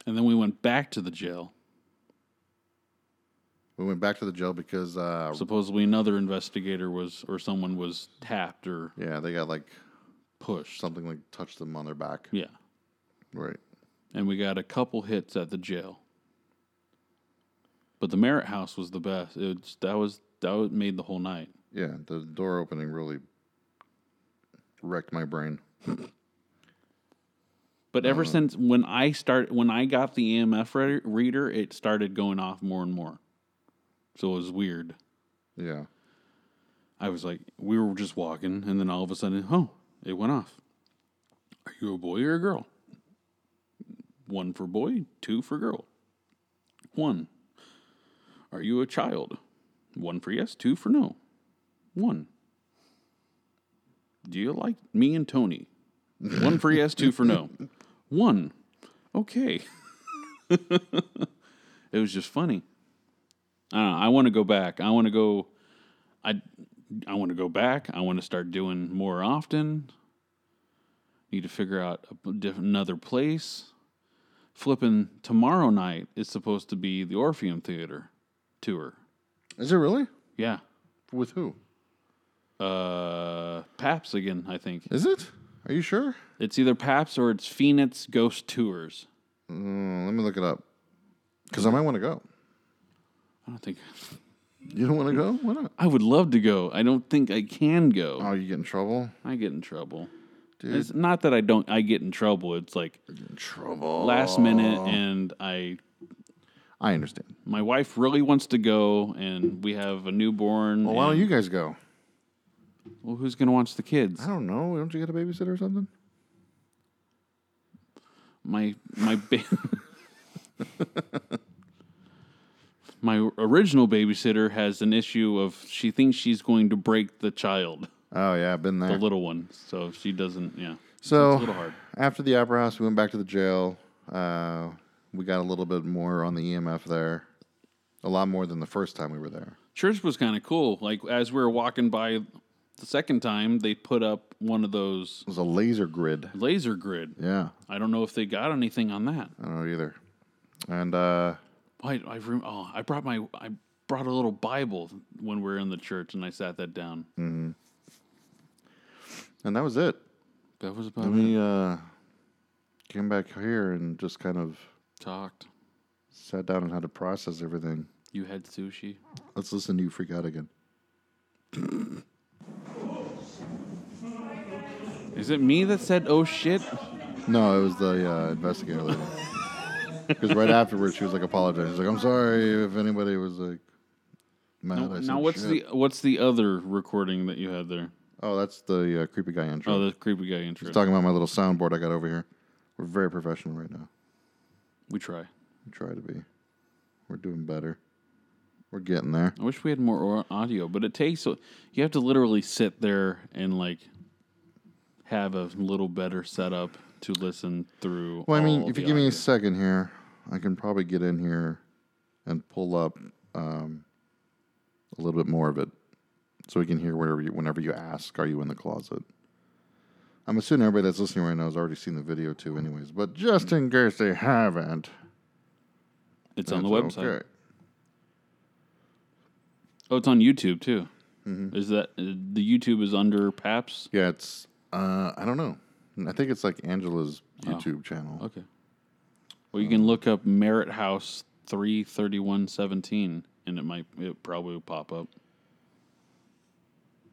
S2: And then we went back to the jail.
S1: We went back to the jail because, uh,
S2: Supposedly another investigator was or someone was tapped or
S1: yeah, they got like
S2: pushed.
S1: something like touched them on their back.
S2: Yeah.
S1: Right.
S2: And we got a couple hits at the jail. But the Merritt House was the best. It was, that was that was, made the whole night.
S1: Yeah, the door opening really wrecked my brain.
S2: But ever since when I start when I got the EMF re- reader, it started going off more and more. So it was weird.
S1: Yeah.
S2: I was like, we were just walking, and then all of a sudden, oh, it went off. Are you a boy or a girl? One for boy, two for girl. One. Are you a child? One for yes, two for no. One. Do you like me and Tony? One for yes, two for no. One. Okay. it was just funny. I don't know. I want to go back. I want to go. I I want to go back. I want to start doing more often. Need to figure out a p- diff- another place. Flipping tomorrow night is supposed to be the Orpheum Theater tour.
S1: Is it really?
S2: Yeah.
S1: With who?
S2: Uh, Paps again, I think.
S1: Is it? Are you sure?
S2: It's either Paps or it's Phoenix Ghost Tours.
S1: Mm, let me look it up because I might want to go.
S2: I don't think
S1: You don't want to go? Why not?
S2: I would love to go. I don't think I can go.
S1: Oh, you get in trouble?
S2: I get in trouble. It's not that I don't. I get in trouble. It's like
S1: In trouble.
S2: last minute, and I
S1: I understand.
S2: my wife really wants to go, and we have a newborn.
S1: Well, why don't
S2: and-
S1: you guys go?
S2: Well, who's gonna watch the kids?
S1: I don't know. Don't you get a babysitter or something?
S2: My my ba- my original babysitter has an issue of she thinks she's going to break the child,
S1: Oh yeah, I've been
S2: the
S1: there.
S2: little one, so she doesn't. Yeah,
S1: so
S2: it's a little hard.
S1: after the opera house, we went back to the jail. Uh, we got a little bit more on the EMF there, a lot more than the first time we were there.
S2: church was kind of cool. Like as we were walking by the second time, they put up one of those
S1: It was a laser grid.
S2: laser grid.
S1: Yeah,
S2: I don't know if they got anything on that.
S1: I don't know either. And uh,
S2: I, I rem- oh, I brought my I brought a little Bible when we were in the church, and I sat that down.
S1: Mm. and that was it.
S2: That was about
S1: And
S2: it.
S1: we uh, came back here and just kind of
S2: Talked.
S1: sat down and had to process everything.
S2: You had sushi.
S1: Let's listen to you freak out again.
S2: Is it me that said "oh shit"?
S1: No, it was the uh, investigator lady. Because right afterwards, she was like apologizing. She's like, "I'm sorry if anybody was like mad."
S2: Now,
S1: I
S2: now
S1: said,
S2: what's
S1: "Shit."
S2: the what's the other recording that you had there?
S1: Oh, that's the uh, creepy guy intro.
S2: Oh, the creepy guy intro.
S1: He's talking about my little soundboard I got over here. We're very professional right now.
S2: we try.
S1: We try to be. We're doing better. We're getting there.
S2: I wish we had more au- audio, but it takes. You have to literally sit there and like have a little better setup to listen through.
S1: Well, I
S2: all
S1: mean, if
S2: the
S1: you give me
S2: audio.
S1: a second here, I can probably get in here and pull up um, a little bit more of it, so we can hear whenever you, whenever you ask, "Are you in the closet?" I'm assuming everybody that's listening right now has already seen the video too, anyways. But just in case they haven't,
S2: it's on the
S1: that's
S2: website. Oh, it's on YouTube too. Is that uh, the YouTube is under Paps?
S1: Yeah, it's uh, I don't know. I think it's like Angela's YouTube channel.
S2: Oh. Okay. Well, you can look up Merritt House three thirty one seventeen, and it might it probably will pop up.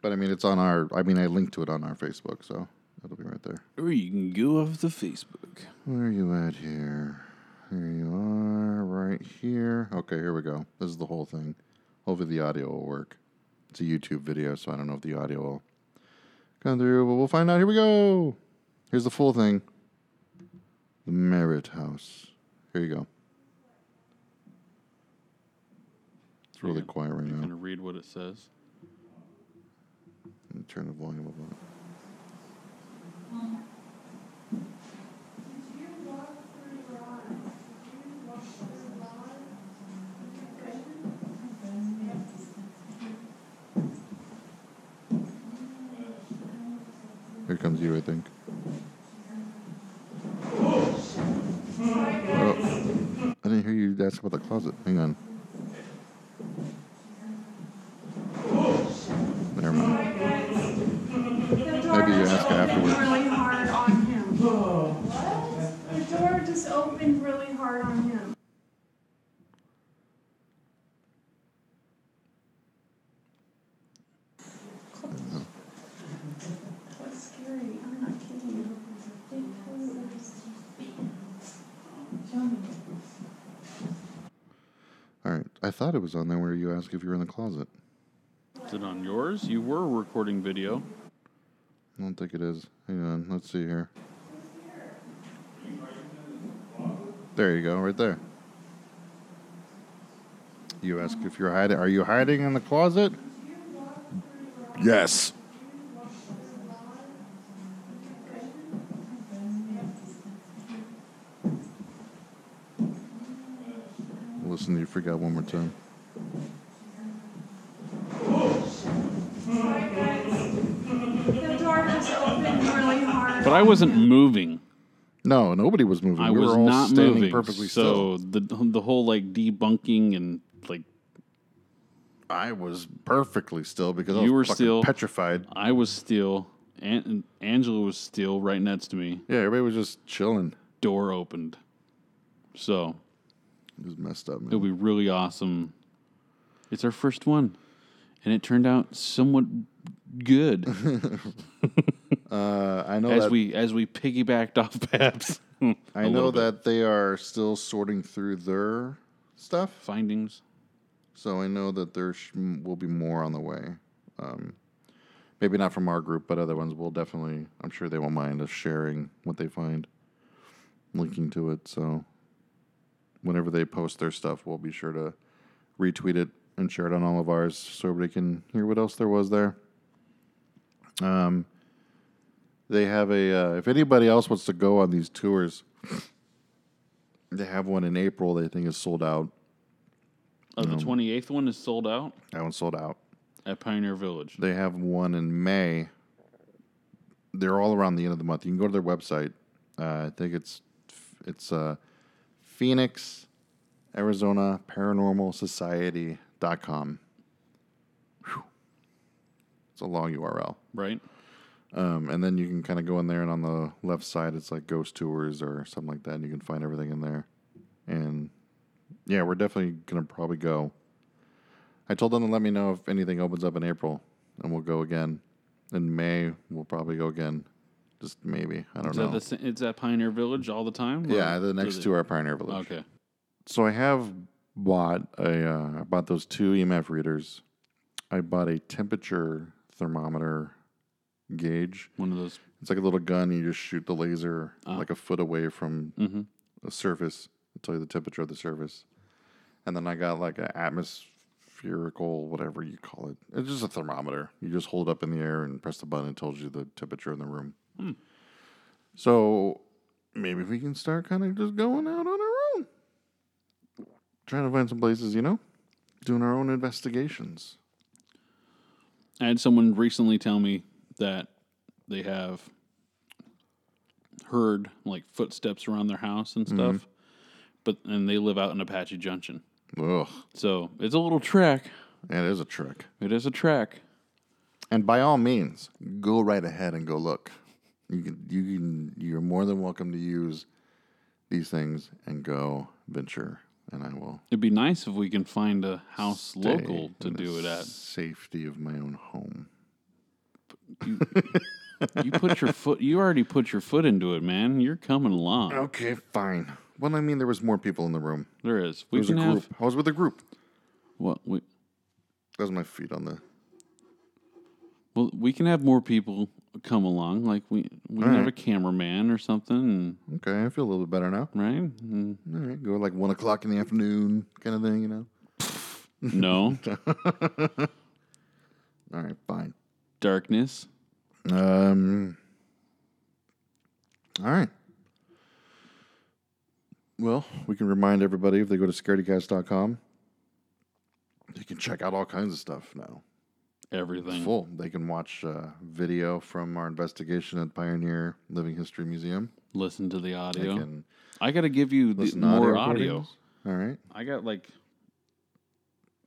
S1: But I mean, it's on our. I mean, I linked to it on our Facebook, so it'll be right there.
S2: Or you can go off the Facebook.
S1: Where are you at here? Here you are, right here. Okay, here we go. This is the whole thing. Hopefully, the audio will work. It's a YouTube video, so I don't know if the audio will come through, but we'll find out. Here we go. Here's the full thing The Merritt House. Here you go. It's really quiet right
S2: I'm
S1: now.
S2: gonna read what it says.
S1: Let me turn the volume up. on it. Here comes you, I think. Oh, I didn't hear you ask about the closet. Hang on. Never mind.
S3: Maybe
S1: you ask afterwards.
S3: Really hard on him. The door just opened really hard on him. What's scary? I'm not kidding you. They closed.
S1: All right. I thought it was on there where you asked if you were in the closet.
S2: Is it on yours? You were recording video.
S1: I don't think it is. Hang on, let's see here. There you go, right there. You ask if you're hiding. Are you hiding in the closet? Yes. Listen, you forgot one more time.
S3: The door just opened really hard.
S2: But I wasn't moving.
S1: No, nobody was moving.
S2: I
S1: we
S2: was
S1: were all
S2: not
S1: standing
S2: moving.
S1: perfectly still.
S2: so the the whole like debunking and like
S1: I was perfectly still because I was
S2: You were
S1: fucking
S2: still-
S1: petrified.
S2: I was still, An- Angela was still right next to me.
S1: Yeah, everybody was just chilling.
S2: Door opened. So
S1: It was messed up,
S2: it
S1: man.
S2: would be really awesome It's our first one, and it turned out somewhat good
S1: Uh, I know
S2: as
S1: that
S2: we as we piggybacked off Babs.
S1: I know that they are still sorting through their stuff,
S2: findings.
S1: so I know that there sh- will be more on the way. Um, maybe not from our group, but other ones will definitely. I'm sure they won't mind us sharing what they find, linking to it. So whenever they post their stuff, we'll be sure to retweet it and share it on all of ours, so everybody can hear what else there was there. Um, they have a. Uh, if anybody else wants to go on these tours, they have one in April. They think is sold out.
S2: Oh,
S1: Mm-hmm.
S2: the twenty eighth one is sold out
S1: That one's sold out.
S2: at Pioneer Village.
S1: They have one in May. They're all around the end of the month. You can go to their website. Uh, I think it's it's uh, Phoenix, Arizona Paranormal Society.com. Whew. It's a long URL.
S2: Right?
S1: Um, and then you can kind of go in there, and on the left side, it's like ghost tours or something like that, and you can find everything in there. And yeah, we're definitely gonna probably go. I told them to let me know if anything opens up in April, and we'll go again. In May, we'll probably go again. Just maybe. I don't
S2: Is
S1: know.
S2: that the, sa- it's at Pioneer Village all the time? or
S1: yeah, the next
S2: is it-
S1: two are Pioneer Village
S2: Okay.
S1: so I have bought a uh, I bought those two EMF readers. I bought a temperature thermometer gauge.
S2: One of those.
S1: It's like a little gun. You just shoot the laser like a foot away from
S2: Mhm.
S1: a surface. It'll tell you the temperature of the surface. And then I got like an atmospherical, whatever you call it. It's just a thermometer. You just hold it up in the air and press the button. It tells you the temperature in the room. So maybe we can start kind of just going out on our own, trying to find some places, you know, doing our own investigations.
S2: I had someone recently tell me that they have heard like footsteps around their house and
S1: Mm-hmm.
S2: stuff, but and they live out in Apache Junction,
S1: Ugh,
S2: so it's a little trek.
S1: that is a trick.
S2: It is a trek.
S1: And by all means, go right ahead and go look. You can, you can, you're more than welcome to use these things and go venture. And I will
S2: It'd be nice if we can find a house
S1: stay
S2: local to
S1: in the
S2: do it at.
S1: Safety of my own home.
S2: You put your foot. You already put your foot into it, man. You're coming along.
S1: Okay, fine. Well, I mean, there was more people in the room.
S2: There is.
S1: There
S2: We
S1: was a
S2: can
S1: group.
S2: have
S1: I was with a group.
S2: what we.
S1: That was my feet on the.
S2: Well, we can have more people come along. Like we, we can
S1: All
S2: have a
S1: right.
S2: cameraman or something,
S1: Okay, I feel a little bit better now.
S2: and, right? Mm, And
S1: All right, go like one o'clock in the afternoon, kind of thing, you know.
S2: no
S1: All right, fine.
S2: darkness.
S1: Um. All right. Well, we can remind everybody if they go to scaredycast.com, they can check out all kinds of stuff now.
S2: Everything.
S1: full. They can watch uh, video from our investigation at Pioneer Living History Museum.
S2: Listen to the
S1: They
S2: audio.
S1: can
S2: I got to give you the,
S1: listen to
S2: more
S1: audio.
S2: audio.
S1: recordings. All right.
S2: I got like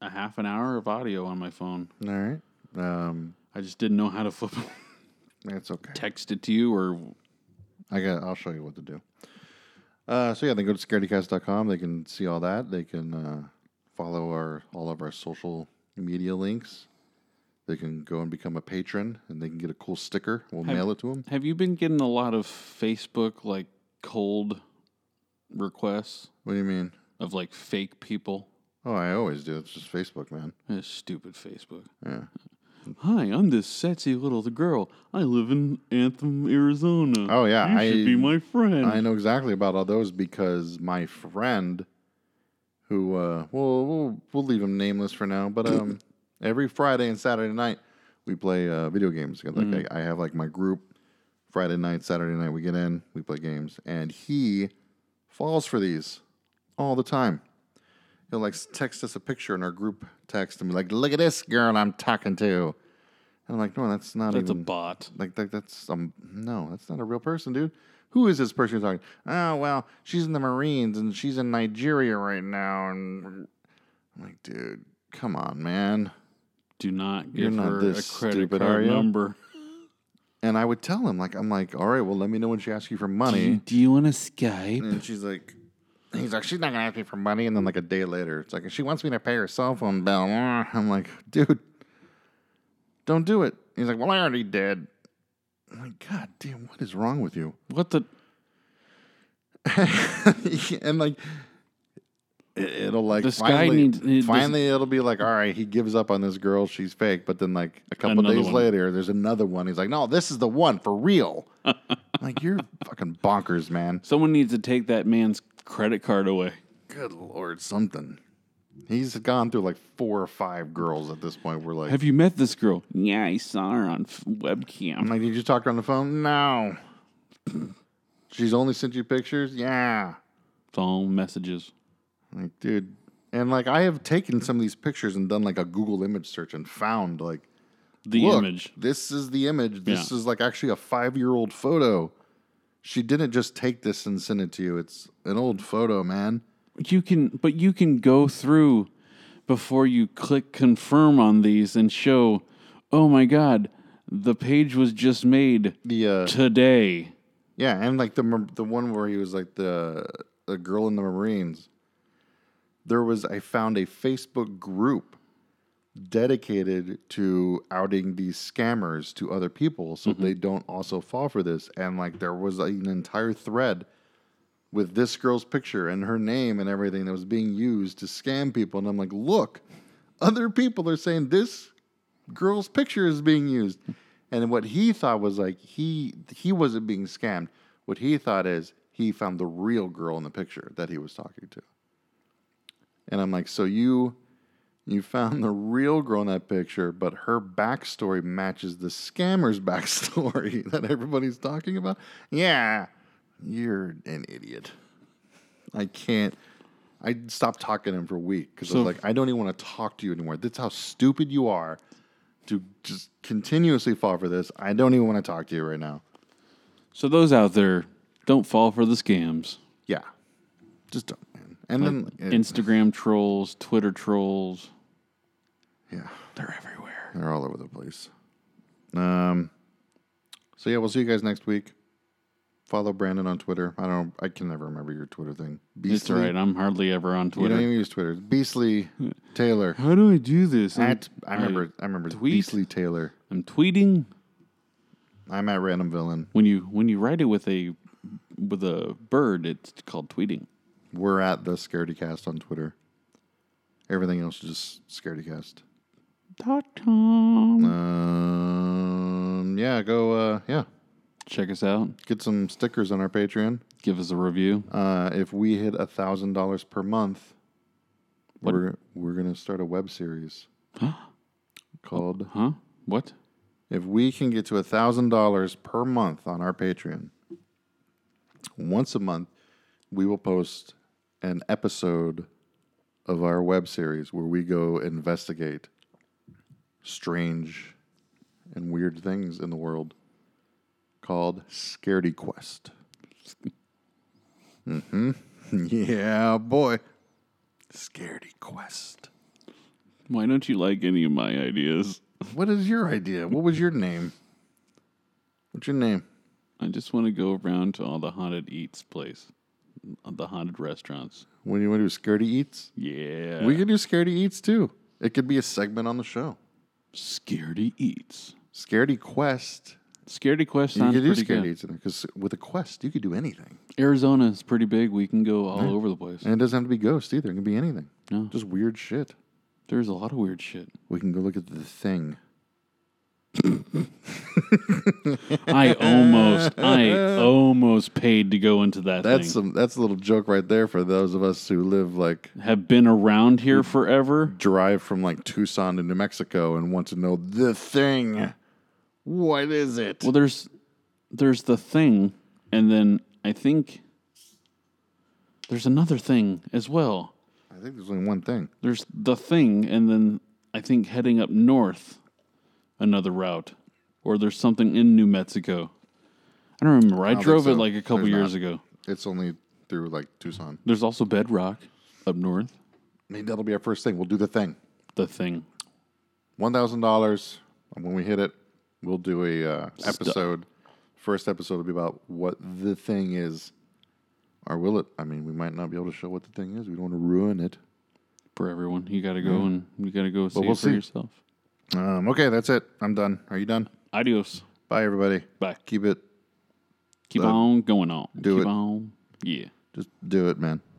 S2: a half an hour of audio on my phone.
S1: All right. Um,
S2: I just didn't know how to flip
S1: that's okay.
S2: text it to you or
S1: I got. I'll show you what to do. Uh, so yeah, they go to scaredycast.com. They can see all that. They can uh, follow our all of our social media links. They can go and become a patron, and they can get a cool sticker. We'll mail it to them.
S2: have you been getting a lot of Facebook like cold requests
S1: What do you mean?
S2: of like fake people?
S1: Oh, I always do. It's just Facebook, man.
S2: Eh, stupid Facebook.
S1: Yeah.
S2: Hi, I'm this sexy little girl. I live in Anthem, Arizona.
S1: Oh, yeah,
S2: you
S1: I-
S2: should be my friend.
S1: I know exactly about all those because my friend, who uh, we'll we'll, we'll leave him nameless for now, but um, every Friday and Saturday night we play uh, video games. Like
S2: Mm.
S1: I, I have like my group Friday night, Saturday night we get in, we play games, and he falls for these all the time. He'll like text us a picture in our group text and be like, "Look at this girl I'm talking to," and I'm like, "No, that's not
S2: That's a
S1: even
S2: bot.
S1: like that, that's um no, that's not a real person, dude. Who is this person you're talking? Oh well, she's in the Marines and she's in Nigeria right now. And I'm like, dude, come on, man.
S2: Do not
S1: You're
S2: give
S1: not
S2: her
S1: this
S2: a credit
S1: stupid, are
S2: card
S1: you?
S2: number.
S1: And I would tell him, like, I'm like, all right, well, let me know when she asks you for money.
S2: Do you want to Skype?
S1: And she's like, he's like, she's not gonna ask me for money. And then like a day later, it's like she wants me to pay her cell phone bill. I'm like, dude, don't do it. He's like, well, I already did. I'm like, God damn, what is wrong with you?
S2: What the?
S1: and like it- it'll like
S2: This guy
S1: finally,
S2: needs- he- this-
S1: finally it'll be like all right he gives up on this girl she's fake but then like a couple
S2: Another
S1: days
S2: one.
S1: later there's another one he's like no this is the one for real I'm like you're fucking bonkers man
S2: Someone needs to take that man's credit card away.
S1: good lord something he's gone through like four or five girls at this point we're like
S2: Have you met this girl? Yeah, I saw her on f-
S1: I'm
S2: webcam.
S1: like did you talk to her on the phone no she's only sent you pictures yeah
S2: It's all messages.
S1: Like, dude. And like I have taken some of these pictures and done like a Google image search and found like
S2: The
S1: look,
S2: image.
S1: This is the image. This
S2: Yeah.
S1: is like actually a five year old photo. She didn't just take this and send it to you. It's an old photo, man.
S2: You can, but you can go through before you click confirm on these and show. Oh my God, the page was just made
S1: The uh,
S2: today.
S1: yeah, and like the mar- the one where he was like the the girl in the Marines. There was I found a Facebook group dedicated to outing these scammers to other people so they don't also fall for this. And like there was an entire thread with this girl's picture and her name and everything that was being used to scam people. And I'm like, look, other people are saying this girl's picture is being used. And what he thought was like he he wasn't being scammed. What he thought is he found the real girl in the picture that he was talking to. And I'm like, so you you found the real girl in that picture, but her backstory matches the scammer's backstory that everybody's talking about. Yeah, you're an idiot. I can't. I stopped talking to him for a week because I
S2: So-
S1: was like, I don't even want to talk to you anymore. That's how stupid you are to just continuously fall for this. I don't even want to talk to you right now.
S2: So those out there, don't fall for the scams.
S1: Yeah, just don't, man. And then it-
S2: Instagram trolls, Twitter trolls.
S1: yeah,
S2: They're everywhere.
S1: they're all over the place. Um. So yeah, we'll see you guys next week. Follow Brandon on Twitter. I don't. I can never remember your Twitter thing. Beastly.
S2: It's all right. I'm hardly ever on
S1: You
S2: Twitter.
S1: don't even use Twitter. Beastly Taylor.
S2: How do I do this? I'm,
S1: At I remember. I remember.
S2: tweet?
S1: Beastly Taylor.
S2: I'm tweeting
S1: I'm at random villain.
S2: when you when you write it with a with a bird. It's called tweeting.
S1: We're at the Scaredy Cast on Twitter. Everything else is just Scaredy Cast.
S2: Dot com.
S1: Um, yeah, go. Uh, yeah,
S2: Check us out.
S1: get some stickers on our Patreon.
S2: Give us a review.
S1: Uh, if we hit a thousand dollars per month, we're we're gonna start a web series called
S2: Huh? What?
S1: If we can get to $1,000 per month on our Patreon, once a month, we will post an episode of our web series where we go investigate strange and weird things in the world called Scaredy Quest. hmm Yeah, boy. Scaredy Quest.
S2: Why don't you like any of my ideas?
S1: What is your idea? What was your name? What's your name?
S2: I just want to go around to all the haunted eats place, the haunted restaurants.
S1: When you want to do Scaredy Eats?
S2: Yeah.
S1: We could do Scaredy Eats too. It could be a segment on the show.
S2: Scaredy eats.
S1: Scaredy Quest.
S2: Scaredy Quest
S1: You
S2: sounds
S1: could do
S2: pretty
S1: Scaredy
S2: good.
S1: Eats in there because with a quest, you could do anything.
S2: Arizona is pretty big. We can go all over the place.
S1: And it doesn't have to be ghosts either. It can be anything.
S2: No.
S1: Just weird shit.
S2: There's a lot of weird shit.
S1: We can go look at the thing.
S2: I almost, I almost paid to go into that.
S1: That's
S2: thing.
S1: some that's a little joke right there for those of us who live like
S2: have been around here forever.
S1: drive from like Tucson to New Mexico and want to know the thing. What is it?
S2: Well, there's, there's the thing, and then I think there's another thing as well.
S1: I think there's only one thing.
S2: There's the thing, and then I think heading up north, another route, or there's something in New Mexico. I don't remember. I,
S1: think
S2: drove it
S1: so.
S2: like a couple
S1: There's
S2: years
S1: not.
S2: ago.
S1: It's only through like Tucson.
S2: There's also Bedrock up north.
S1: Maybe that'll be our first thing. We'll do the thing.
S2: The thing.
S1: one thousand dollars. And when we hit it, we'll do a uh, episode. First episode will be about what the thing is. Or will it? I mean, we might not be able to show what the thing is. We don't want to ruin it.
S2: for everyone. You got to go and you got to go
S1: Hmm.
S2: see
S1: we'll
S2: it for
S1: see.
S2: yourself.
S1: Um, okay, that's it. I'm done. Are you done?
S2: Adios.
S1: Bye, everybody.
S2: Bye.
S1: Keep it.
S2: Keep
S1: Uh,
S2: on going on.
S1: do
S2: Keep
S1: it.
S2: on. Yeah.
S1: Just do it, man.